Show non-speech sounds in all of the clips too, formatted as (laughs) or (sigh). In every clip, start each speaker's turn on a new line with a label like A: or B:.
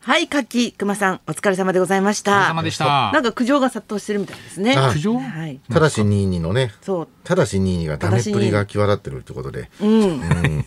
A: はい、柿熊さん、お疲れ様でございまし
B: お疲れ
A: た。
B: 様でした
A: なん。か苦情が殺到してるみたいですね。
B: あ
A: は
B: 苦情
A: い。
C: ただし22のね、
A: そう、
C: ただし22がダメっぷりが際立ってるってことで、
A: うん、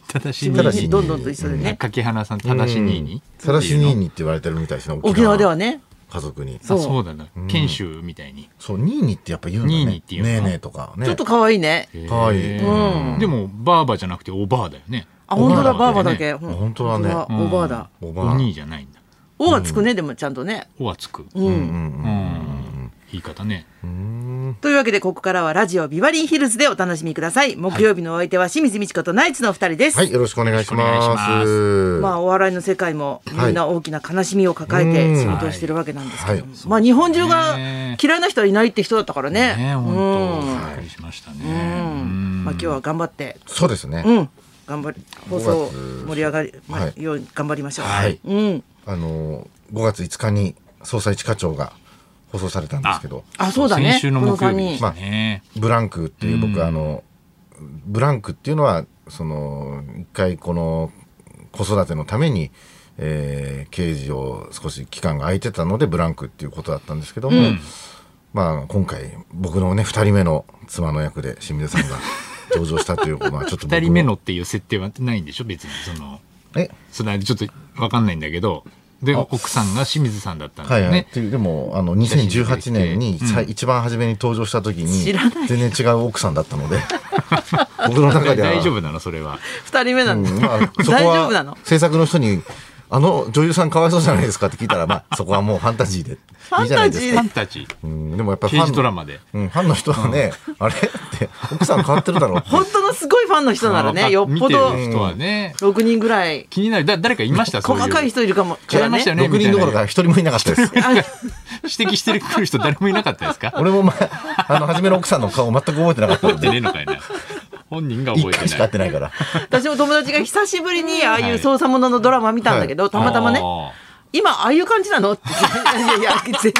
B: ただ
A: 自
B: しに
C: た
A: 分
C: だし
A: にどんどんと一緒でね。
B: 柿花さん、ただしにに。
C: ただし22って言われてるみたいですね、
A: 沖縄ではね、
C: 家族に。
A: そ
B: そううそうだな。研修みたいに。
C: そう、22ってやっぱ言うんだね。
B: 22って言うの
C: ねえねえとかね。
A: ちょっと可愛いね。
B: へー
C: かわいい
B: でも、ばあばじゃなくて、おばあだよね。
A: あ、本当だ、
B: お
A: バ
B: ば
A: ー
B: あ
A: バだ
B: だ
A: け。
B: ね
A: うん
C: 本当だね
A: 本当だオーバーだ。
C: おば
B: お
C: あ。
B: 兄じゃないんだ。
A: オはつくね、でもちゃんとね。
B: おはつく。
A: う
C: うん
A: ん。
B: うん
C: うん。
B: 言い方ね。
A: というわけで、ここからはラジオビバリーヒルズでお楽しみください。木曜日のお相手は清水美智子とナイツのお二人です。
C: はい、よろしくお願いしま
B: よろし
C: す。
A: まあ、お笑いの世界もみんな大きな悲しみを抱えて仕事をしてるわけなんですけども、
C: は
A: まあ日本中が
B: ね
A: 嫌いな人はいないって人だったからね。
B: ね、
A: う
B: 本当、
A: ん
B: びっくりしましたね。
A: うんまあ今日は頑張って、
C: そうですね。
A: うん、頑張り放送
C: 五月
A: 盛り上がり、まあ
C: はい
A: ように頑張りましょう。
C: はい
A: うん。
C: あの、5月5日に捜査一課長が放送されたんですけど、
A: あ、そうだね。
B: 先週の
A: この
B: 木曜
A: 三
B: 日
A: 人
B: でしたね。
C: ブランクっていう僕、あのブランクっていうのはその一回この子育てのために、えー、刑事を少し期間が空いてたのでブランクっていうことだったんですけども、まあ今回僕のね2人目の妻の役で清水さんが (laughs) 登場したというまあちょっと
B: 二
C: 僕も
B: 人目のっていう設定はないんでしょ別にその
C: え
B: それはちょっとわかんないんだけどで奥さんが清水さんだったん
C: は
B: だ
C: い
B: よ
C: はい、っ
B: ね、
C: ていうでもあの2018年に
B: うん
C: さい一番初めに登場した時
A: 知
C: に
A: らない
C: 全然違う奥さんだっ
B: (laughs)
C: たので僕の中では
B: 大丈夫なのそれは
A: 二人目なんだ。
C: うんまあそこ
A: 大丈
C: は
A: 夫なの。
C: 制作の人に「あの女優さんかわいそうじゃないですか」って聞いたら、まあ、そこはもうファンタジーでいいじゃないで
A: ファンタジ
C: す
A: ー
B: ファンタジ
C: か
B: ー
C: うん、でもやっぱフ
B: 刑
C: ァン
B: 事ドラマで
C: うん、ファンの人はね「あれ?」って「奥さん変わってるだろ」って
A: 本当のすごいファンの人なら
B: あ
A: ね、
B: ー
A: よっぽど
B: 見てる人はね
A: 六人ぐらい
B: 気になるだ誰かいましたそういう
A: 細かい人いるかも。
B: 違いましたよね
C: 6人どころか一人もいなかったです
A: あ
B: 指摘してくる人誰もいなかったですか
C: 俺も、まあ、あの初めの奥さんの顔全く覚えてなかった
B: 覚
C: の
B: えてねえ
C: で
B: のかいな本人が
C: 1
B: 覚え
C: 回してか会
B: な
C: ってないから
A: 私も友達が久しぶりにああいう捜査もののドラマ見たんだけど、
C: はい
A: たまたまね、
B: あ
A: 今ああいう感じなのって (laughs) 言って。いやいや、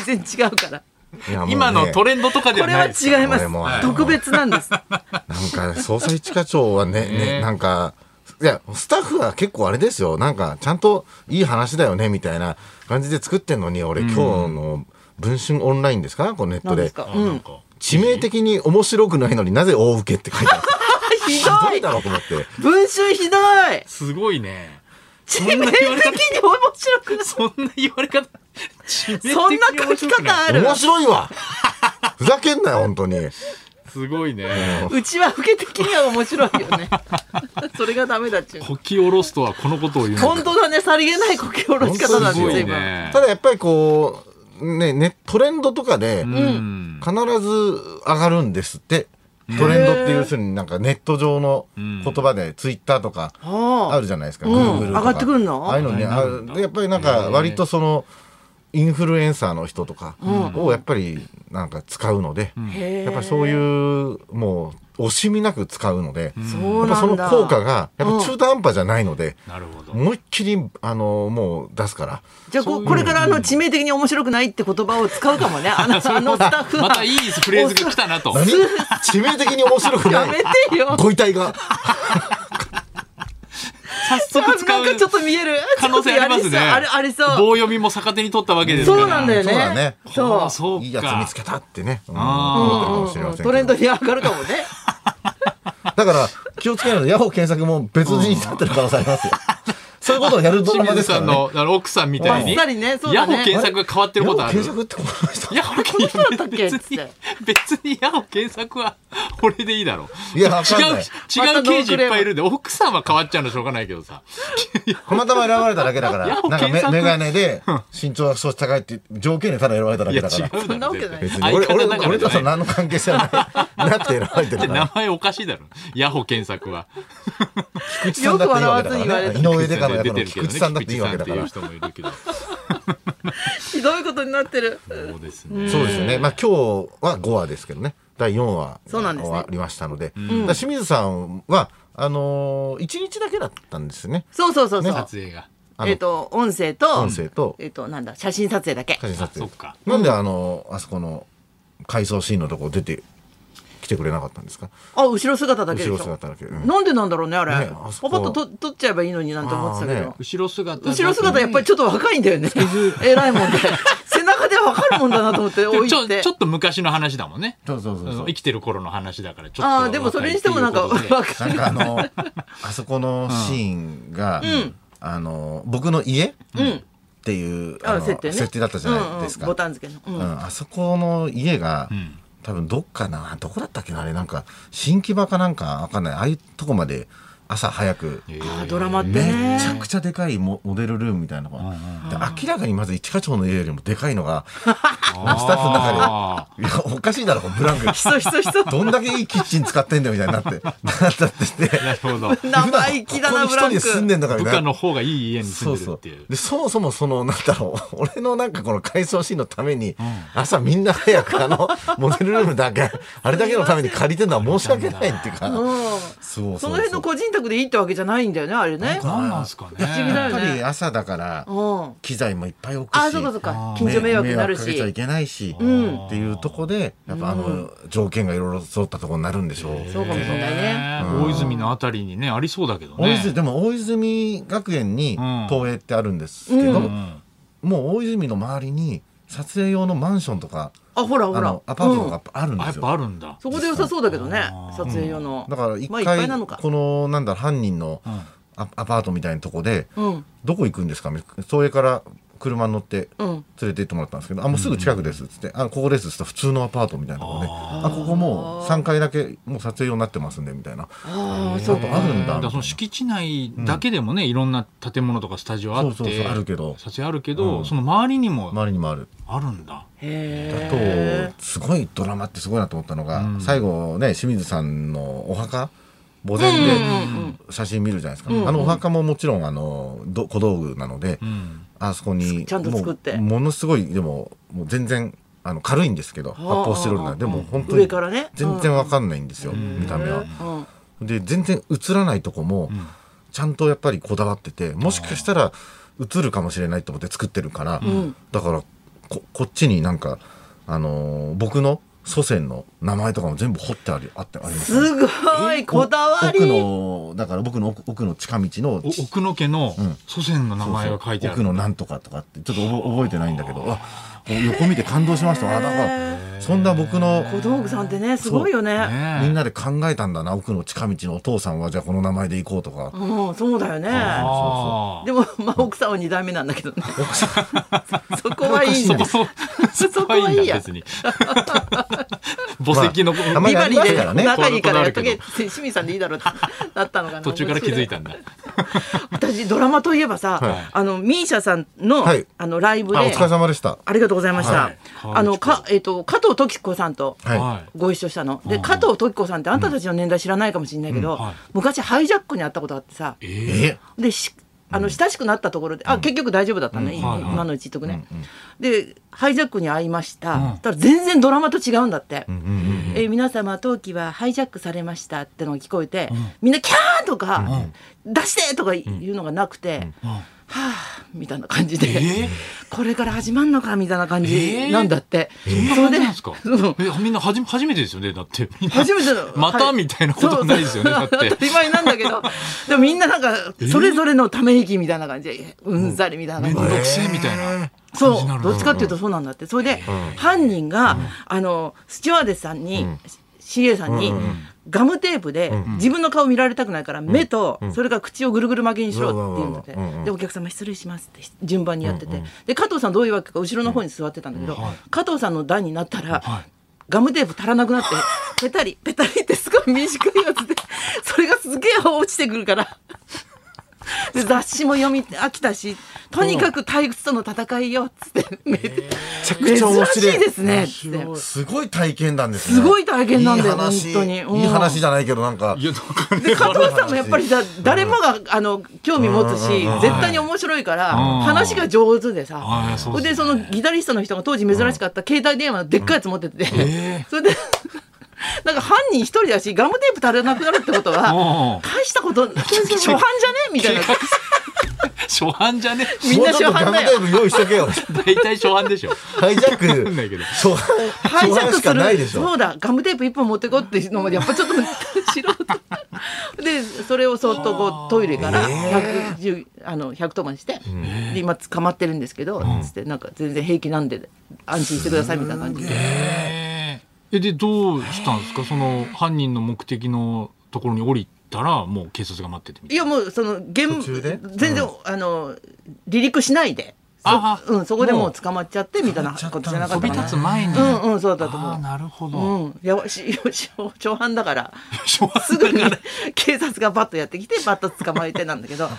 A: 全然違うから。
C: いやも
B: ー
C: うね
B: 今のトレンドとかで
A: こ
B: は
A: れ
B: な
A: はい
B: ですから
A: 違います
C: これもは。い
A: 特別なん
C: (laughs)
A: です。
C: なんか捜査一課長
B: (laughs)
C: はね
B: ね
C: ねなんかいやスタッフは結構あれですよなんかちゃんといい話だよねみたいな感じで作ってんのに俺、今日の「文春オンライン」ですかこうネット
A: 何で
C: です
A: か。
B: あ
A: う
B: なん
A: ん。
B: か
C: 致命的に面白くないのになぜ大受けって書いてある
A: ひ
C: ひ
A: ど
C: ど
A: い
C: いだろうと思って
A: 文春ひどい
B: すごいね
A: 致命的に面白くない
B: そんな言われ方致命的に
A: そんな書
B: 面
A: き
B: 白く
A: 方
B: ない
A: ある
C: 面白いわふざけんなよ本当に
B: すごいね
A: うちは受け的には面白いよね (laughs) それがダメだっちゅう
B: こき下ろすとはこのことを言うんだ
A: 本当だねさりげないこけ下ろし方なん
B: す
A: で
B: ご
A: す
B: い
A: 今
B: ね
C: ただやっぱりこうねねトレンドとかで
B: うん
C: 必ず上がるんですってトレンドっていう人になんかネット上の言葉でツイッターとか
A: ああ
C: あるじゃないですか、
A: うん
C: Google とか
A: 上がってくるの
C: ああいうのねあ
B: なんだ
C: やっぱりなんか割とそのインフルエンサーの人とかをやっぱりなんか使うので、
A: へえ
C: やっぱりそういうもう惜しみなく使うので、
A: そう
C: やっぱ
A: な
C: そ
A: ん
C: の
A: だ
C: 効果がやっぱ中途半端じゃないので、
B: なるほど
C: 思いっきりあのもう出すから
A: じゃあここれからあの致命的に面白くないって言葉を使うかもねあのあのスタッフは
C: (laughs)
B: またいいフレーズが来たなと
C: 何致命的に面白く
A: や
C: な
A: め
C: い
A: てよ
C: ご遺体が
B: 早速使
A: なんか
B: う
A: ちょっと見える
B: 可能性ありますね
A: ちょっとやりそうあれありそう
B: 棒読みも逆手に取ったわけですから
A: そうなんだよ
C: そうだ
A: ね
C: ね
B: あ
A: そ
B: あそうか
C: いいやつ見つけたってね、うん
B: あ
C: 思
A: ううんうん
C: ってるかもしれませんけど
A: トレンドに上がるかもね
C: だから気をつけないとヤホー検索も別人になってる可能性ありますよ。そういうことをやるドラ
B: 清
C: マ
B: 水
C: ですか
B: さ
C: ら
B: ん
C: ね。
B: のあの奥さんみたいに
A: あっさりねそうだ
B: ヤホ
A: ね
B: ー検索が変わってることある
C: ヤホー検索ってこ
B: (laughs)
C: の人。
B: ヤホー検
A: この人だったっ
B: 索
A: け
B: 別
A: つっ
B: に別にヤホー検索はこれでいいだろう
C: いやわかん
B: 違う
C: ない
B: 違う刑事いっぱいいるんで奥さんは変わっちゃうのしょうがないけどさ
C: たまたま選ばれただけだか
B: ヤ
C: ら、
B: ホー
C: なんか
B: 検
C: め
B: 索
C: メガネで身長が少し高いって条件でただ選ばれただ
B: い
C: け
B: や違
C: だから。
B: うだ
A: んな
B: ろ
A: わけない
B: 絶
C: 別
B: 対
C: に俺
B: 相
C: 俺
B: 方だから
C: 俺
B: じゃ
C: と
B: ない
C: さ何の関係性もないなくて選ばれてるから
B: 名前おか (laughs) しいだろヤホー検索は
C: 菊池さんだっていいわけだ
A: よく笑わ
C: から
A: ず
C: ね
A: に
C: 井上デカの役
B: 出
C: の
B: てるけ
C: 菊
B: ど
C: 池さんだっていいわけだか
B: ね
C: ら
B: 菊池さんっていう人もいるけど
A: ひどいことになってる
B: そうですね
C: そうですよね。まあ今日は5話ですけどね。第4話
A: そうなん
C: が
A: で
C: 終
A: すね
C: わりましたので。だから清水さんは、あのー、1日だけだったんですね。
A: そうそうそうそう、
B: 撮影が
C: あの
A: えっ、と音声と
C: 音声と
A: えっ、となんだ写真撮影だけ
C: 写真撮
B: あそ
C: 影
B: っか
C: なんであのあそこの回想シーンのとこ出てきてくれなかったんですか
A: あ後ろ姿だけでし
C: 後
A: ょ
C: ろ姿だけ、うん
A: なんでなんだろうねあれ
C: ねあそ
A: パ
C: こ
A: パッとと撮っちゃえばいいのになんて思ってたけど、
C: あーね
B: 後ろ姿だと
A: 後ろ姿やっぱりちょっと若いんだよね偉いもんで背中でわかるもんだなと思って
B: で
A: 置
B: も
A: い
B: (laughs) ちょ
A: て
B: ちょっと昔の話だもんね
C: そうそうそうそう
B: あの生きてる頃の話だからちょっと
A: ああでもそれにしてもなんか
B: 若い
A: わ
B: っていうことで
A: か
C: なんかあのあそこのシーンが、あの僕の家、っていう
A: あ
C: あの
A: 設定ね
C: だったじゃないですか、
A: うんうんボタン付けの、うん
C: うんあそこの家が、多分どっかなどこだったっけなあれなんか新木場かなんかわかんないああいうとこまで朝早く、
A: あードラマってね
C: めちゃくちゃでかいモモデルルームみたいなのが、で明らかにまず一課長の家よりもでかいのがスタッフの中で
B: あ
C: いやおかしいだろブランク
A: ひそひそひ
C: (laughs)
A: そ
C: どんだけいいキッチン使ってんだよみたいになってなったってして
B: なるほど
C: (laughs)
A: 生意気だな
C: こ
A: ブ
C: こ
A: ラ
C: に
A: ン
C: 一人で住ん
A: ク
C: でんだから
B: 部下の方がいい家に住で
C: そうん
B: る
C: そ
B: っ
C: う
B: ていう
C: でそもそもそのなんだろう (laughs) 俺のなんかこの回想シーンのために、朝みんな早くあの (laughs) モデルルームだけあれだけのために借りてるのは申し訳ないっていうか
A: うん
C: そうそう
A: そ
C: そう
A: の辺の個人宅でいいってわけじゃないんだよねあれね
B: 何なんすかね
A: 不思議だ
C: や
A: よ
C: っ
A: ね
C: ぱり朝だから
A: うん
C: 機材もいっぱい置くし
A: あそうかそうか
B: あー
A: 近所迷惑になる
C: 迷惑かけちゃい
A: し
C: けない
A: ん
C: し、っていうとこでやっぱあの条件がいろいろ揃ったところになるんでしょう。
A: そうかもしれないね
B: へー大泉のあたりにねありそうだけど
C: 大
B: ね
C: 泉でも大泉学園に
B: うん
C: 東映ってあるんですけど、
B: うん
C: もう大泉の周りに撮影用のマンションとか
A: あほら
C: あ
A: ほら
C: のアパートと
A: うん
C: かあるん
B: あ
C: で
B: やっ
C: す
B: ぱあ
C: よ。
B: るんだ
A: そこで良さそうだけどね撮影用の
C: だから一
A: まあいっぱ
C: 回
A: いなのか
C: このなんだろう犯人の
B: うん
C: アアパートみたいなとこで
A: うん
C: どこ行くんですかみ東映から車に乗って
A: うん
C: 連れて行ってもらったんですけど「あもうすぐ近くです」っつって「あここです」っつったら普通のアパートみたいなとこで「あここもう3階だけもう撮影用になってますんで」みたいな
A: ああ
C: ち
A: そ
C: ょ
A: う
C: っと
A: か
C: あるんだ
B: からその敷地内だけでもね、いろんな建物とかスタジオあって
C: そうそうそうあるけど
B: 撮影あるけど、その周りにも
C: 周りにもある。
B: あるんだ
C: あ
A: へえ
C: とすごいドラマってすごいなと思ったのが、最後ね清水さんのお墓墓前で写真見るじゃないですか、あのお墓ももちろんあのど小道具なので、
B: ん
C: あそこに
A: ちゃんと作って
C: もうものすごいでももう全然あの軽いんですけど発泡スチロールなんででも本当
A: 上
C: に
A: からね
C: 全然わかんないんですよ、見た目は。
A: うん
C: で全然映らないとこもちゃんとやっぱりこだわっててもしかしたら映るかもしれないと思って作ってるから、だからここっちになんか、あのー僕の祖先の名前とかも全部彫ってありあってあります
A: すごいこだわり
C: 奥のだから僕の奥奥の近道の
B: お奥野家の祖先の名前が書いてあ
C: そ
B: る
C: うそう奥のなんとかとかってちょっと覚覚えてないんだけどあ横見て感動しましたあだからそんな僕の
A: 小道具さんってねすごいよね
B: ねえ
C: みんなで考えたんだな奥の近道のお父さんはじゃあこの名前で行こうとか
A: うんそうだよね
B: あ
A: でもまあ奥さんは二代目なんだけどねそこはいいん
B: ー
A: だ
B: そこ
A: そ
B: (laughs) そ
A: こ
B: こはい
A: はい
B: いん
A: い
B: だ
A: や
B: 別に (laughs) 墓石の、
C: まああん
A: ビ
C: まり
A: バリー
C: ありますから
A: で
C: ね
A: 仲いいからやっと
B: こうい
A: け
B: う
A: 清水さんでいいだろうってなったのかな
B: 途中から気づいたんだ
A: 私ドラマといえばさ、
C: はい
A: あのミーシャさんの、
C: はい
A: あのライブで
C: あお疲れ
A: あ
C: 様でした
A: りがとうございました、
B: はい
A: あのかえっ、と加藤時子さんと
C: はい、
B: はい
A: ご一緒したの、で加藤時子さんってあんたたちの年代知らないかもしれないけど、
B: うんはい
A: 昔ハイジャックにあったことあってさ
B: え
C: え
A: でしあの親しくなったところで、あ結局大丈夫だったね、
B: はいはい
A: 今のうち言っとくね、でハイジャックに会いました、
B: ん
A: そしたら全然ドラマと違うんだって、
C: うん
A: えー皆様当期はハイジャックされましたってのが聞こえて、みんなキャーとか、出してとか言うのがなくて、はあみたいな感じで、
B: え
A: これから始まんのかみたいな感
B: え
A: じ
B: ー
A: なんだって、
B: そ
A: それ
B: んな感じ
A: で
B: なんですか
A: うん
B: えみんなはじ初めてですよねだってみんな
A: 初めての
B: またみたいなことないですよね
A: は
B: だっ
A: そう
B: て
A: 当たり前なんだけ
B: (laughs)
A: どでもみんななんかそれぞれのため息みたいな感じでうんざりみたいな
B: 面
A: 感じで
B: 倒くせえみたいな感じに
A: そ
B: な
A: う
B: る
A: どっちかっていう
B: と
A: とそうなんだってそれで犯人が、あのスチュワーデスさんに、CA さんに、ガムテープで自分の顔見られたくないから目とそれから口をぐるぐる巻きにしろって言うんだって
C: うんうんうん
A: でお客様失礼しますって順番にやっててで加藤さんどういうわけか後ろの方に座ってたんだけど
B: うんはい
A: 加藤さんの段になったら
B: はい
A: ガムテープ足らなくなって
B: (laughs)
A: ペタリペタリってすごい短いやつでそれがすげえ落ちてくるから。で雑誌も読み飽きたしとにかく退屈との戦いよっつってめっちゃ
C: くちゃ面白い
A: 珍しいですねっつって
C: すごい体験談ですね
A: すごい体験談だよ
C: いい話
A: 本当にうん
C: いい話じゃないけどなんか
B: いやなんかね
A: で加藤さんもやっぱりだ誰もがあの興味持つし絶対に面白いから
B: うん
A: 話が上手で
B: あ
A: さ
B: あそう
A: それ
B: で
A: ですそ
B: ね
A: のギタリストの人が当時珍しかった携帯電話のでっかいやつ持ってて
B: え
A: それでなんか犯人一人だしガムテープ足りなくなるってことは
B: うん
A: 大したこと初犯じゃねみたいな。
B: 初版じゃね
A: みんな初版だよ
C: もうちょっとガムテープ用意しとけよ。
B: 大体初版でしょ
C: ハイジャック。
B: (laughs) んないけど
C: 初版
A: ハイジャッ
C: 初版
A: ク
C: し
A: す
C: か
A: る
C: ないでしょ。
A: そうだガムテープ一本持ってこっていうのもやっぱちょっと素人でそれをそっとこうトイレから110あの110番して、で今捕まってるんですけど、つってなんか全然平気なんで安心してくださいみたいな感じで
B: ええでどうしたんですかその犯人の目的のところに降りたらもう警察が待っててみ
A: いやもうその現
C: 途中で
A: 全然、あの離陸しないで
B: あ
A: そ,、うん、そこでもう捕まっちゃってみたいなことじゃなか
B: 飛
A: った
B: び
A: かな
B: 立つ前に、
A: うんうんそうだと思う
B: あーなるほど、 (laughs)
A: うん、やばし、よし、長半だから、
B: 初版
A: すぐに警察がバッとやってき
B: (laughs)
A: て、バッと捕まえてなんだけど。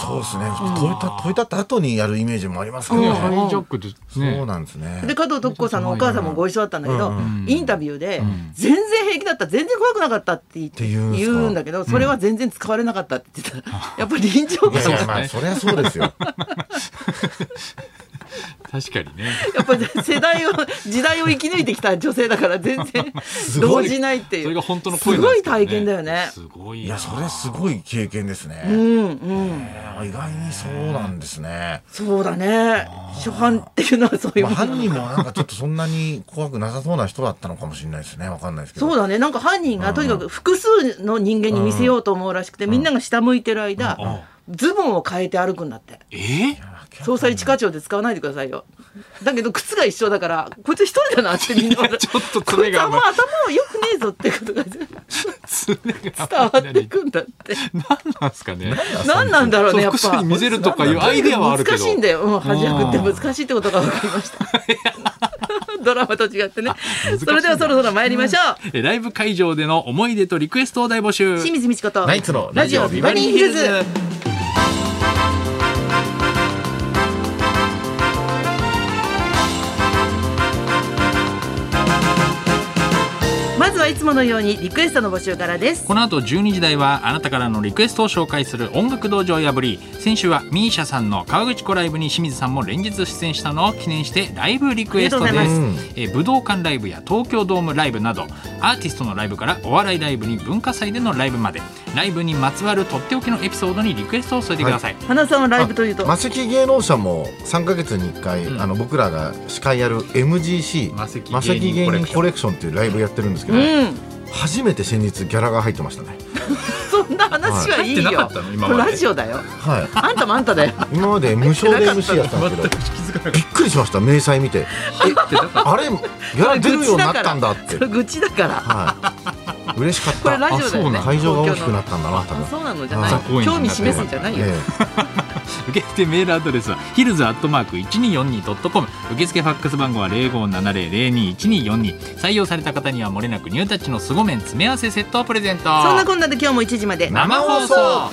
C: そうですね。問いた問いたった後にやるイメージもありますけど
B: いや
C: ね。
B: ハイジャックですね
C: そうなんですね。
A: で加藤徳子さんのお母さんもご一緒だったんだけど、
C: うん
A: インタビューで、全然平気だった全然怖くなかったって言って
C: て言うんす
A: 言
C: か
A: うんだけどそれは全然使われなかったって言って
B: (laughs)
A: た、やっぱり臨場
C: いやい
A: 感
C: やまあそりゃそうですよ。
B: 確かにね
A: やっぱり世代を時代を生き抜いてきた女性だから全
B: (laughs)
A: 然動
C: ごい
A: じないっていう
B: それが本当の声
A: す
B: なん
A: ご
B: で
A: い
B: すけどね
A: 体験だよね
B: すごいない
C: やそれすごい経験ですね。
A: うんうん
C: いや意外にそうなんですね。
A: そうだね初犯っていうのはそういう
C: まあ
A: ものなの
C: 犯人もなんかちょっとそんなに怖くなさそうな人だったのかもしれないですね。わかんないですけど。
A: そうだねなんか犯人がとにかく複数の人間に見せようと思うらしくて、みんなが下向いてる間、ズボンを変えて歩くんだって
B: えー
A: 捜査一課長で使わないでくださいよだけど靴が一緒だからこいつ一人だなってみんな
B: いやちょっと爪が
A: こいつあんま頭良くねえぞってことが伝
B: 爪が
A: わってくんだって
B: (laughs) 何なんですかね
A: 何なんだろうねやっ
B: そう複
A: ぱ
B: 数に見せるとかいうアイデアはあるけど
A: 難しいんだよ、うん、恥じゃくって難しいってことが分かりました (laughs) ドラマと違ってね
B: 難しいんだ
A: それではそろそろ参りましょう、
B: えライブ会場での思い出とリクエストを大募集
A: 清水美智子と
C: ナイツの
A: ラジオビバリーヒルズまずはいつものようにリクエストの募集からです
B: この後12時台はあなたからのリクエストを紹介する音楽道場破り先週は MISIA さんの川口湖ライブに清水さんも連日出演したのを記念してライブリクエストで
A: ありがと
B: す
C: うございま
B: えー武道館ライブや東京ドームライブなどアーティストのライブからお笑いライブに文化祭でのライブまでライブにまつわるとっておきのエピソードにリクエストを添えてください、
A: 花さんはライブというと
C: マセキ芸能者も3か月に1回、あの僕らが司会やる MGC
B: マセキ
C: マセキ芸
B: 芸
C: 人
B: 人コ
C: コレクションっていうライブやってるんですけ
A: う
C: ど、
A: ん
C: 初めて先日ギャラが入ってましたね
A: そんな話はいいよ
B: 入ってなかったの今まで
A: ラジオだよ
C: は
A: あんたもあんただよ
C: い今まで無償で MC やってたんです (laughs)
B: 気づ
C: けど
B: かな
C: びっくりしました明細見てあれギャラ出るようになったんだっ
A: そ
C: て
A: れ愚痴だから
C: はい嬉しかっ
A: これラ
C: た
A: ジオだよね
B: あ
C: 会場が大きくなったんだな多
A: あ
C: 分
A: そうなのじゃない
B: あそう
A: 興味示すんじゃないよ、
C: え
B: 受付メールアドレスはヒルズアットマーク 1242.com 受付ファックス番号は0570-021242採用された方にはもれなくニュータッチの凄麺詰め合わせセットをプレゼント
A: そんなこんなで今日も1時まで
B: 生放送
D: 放送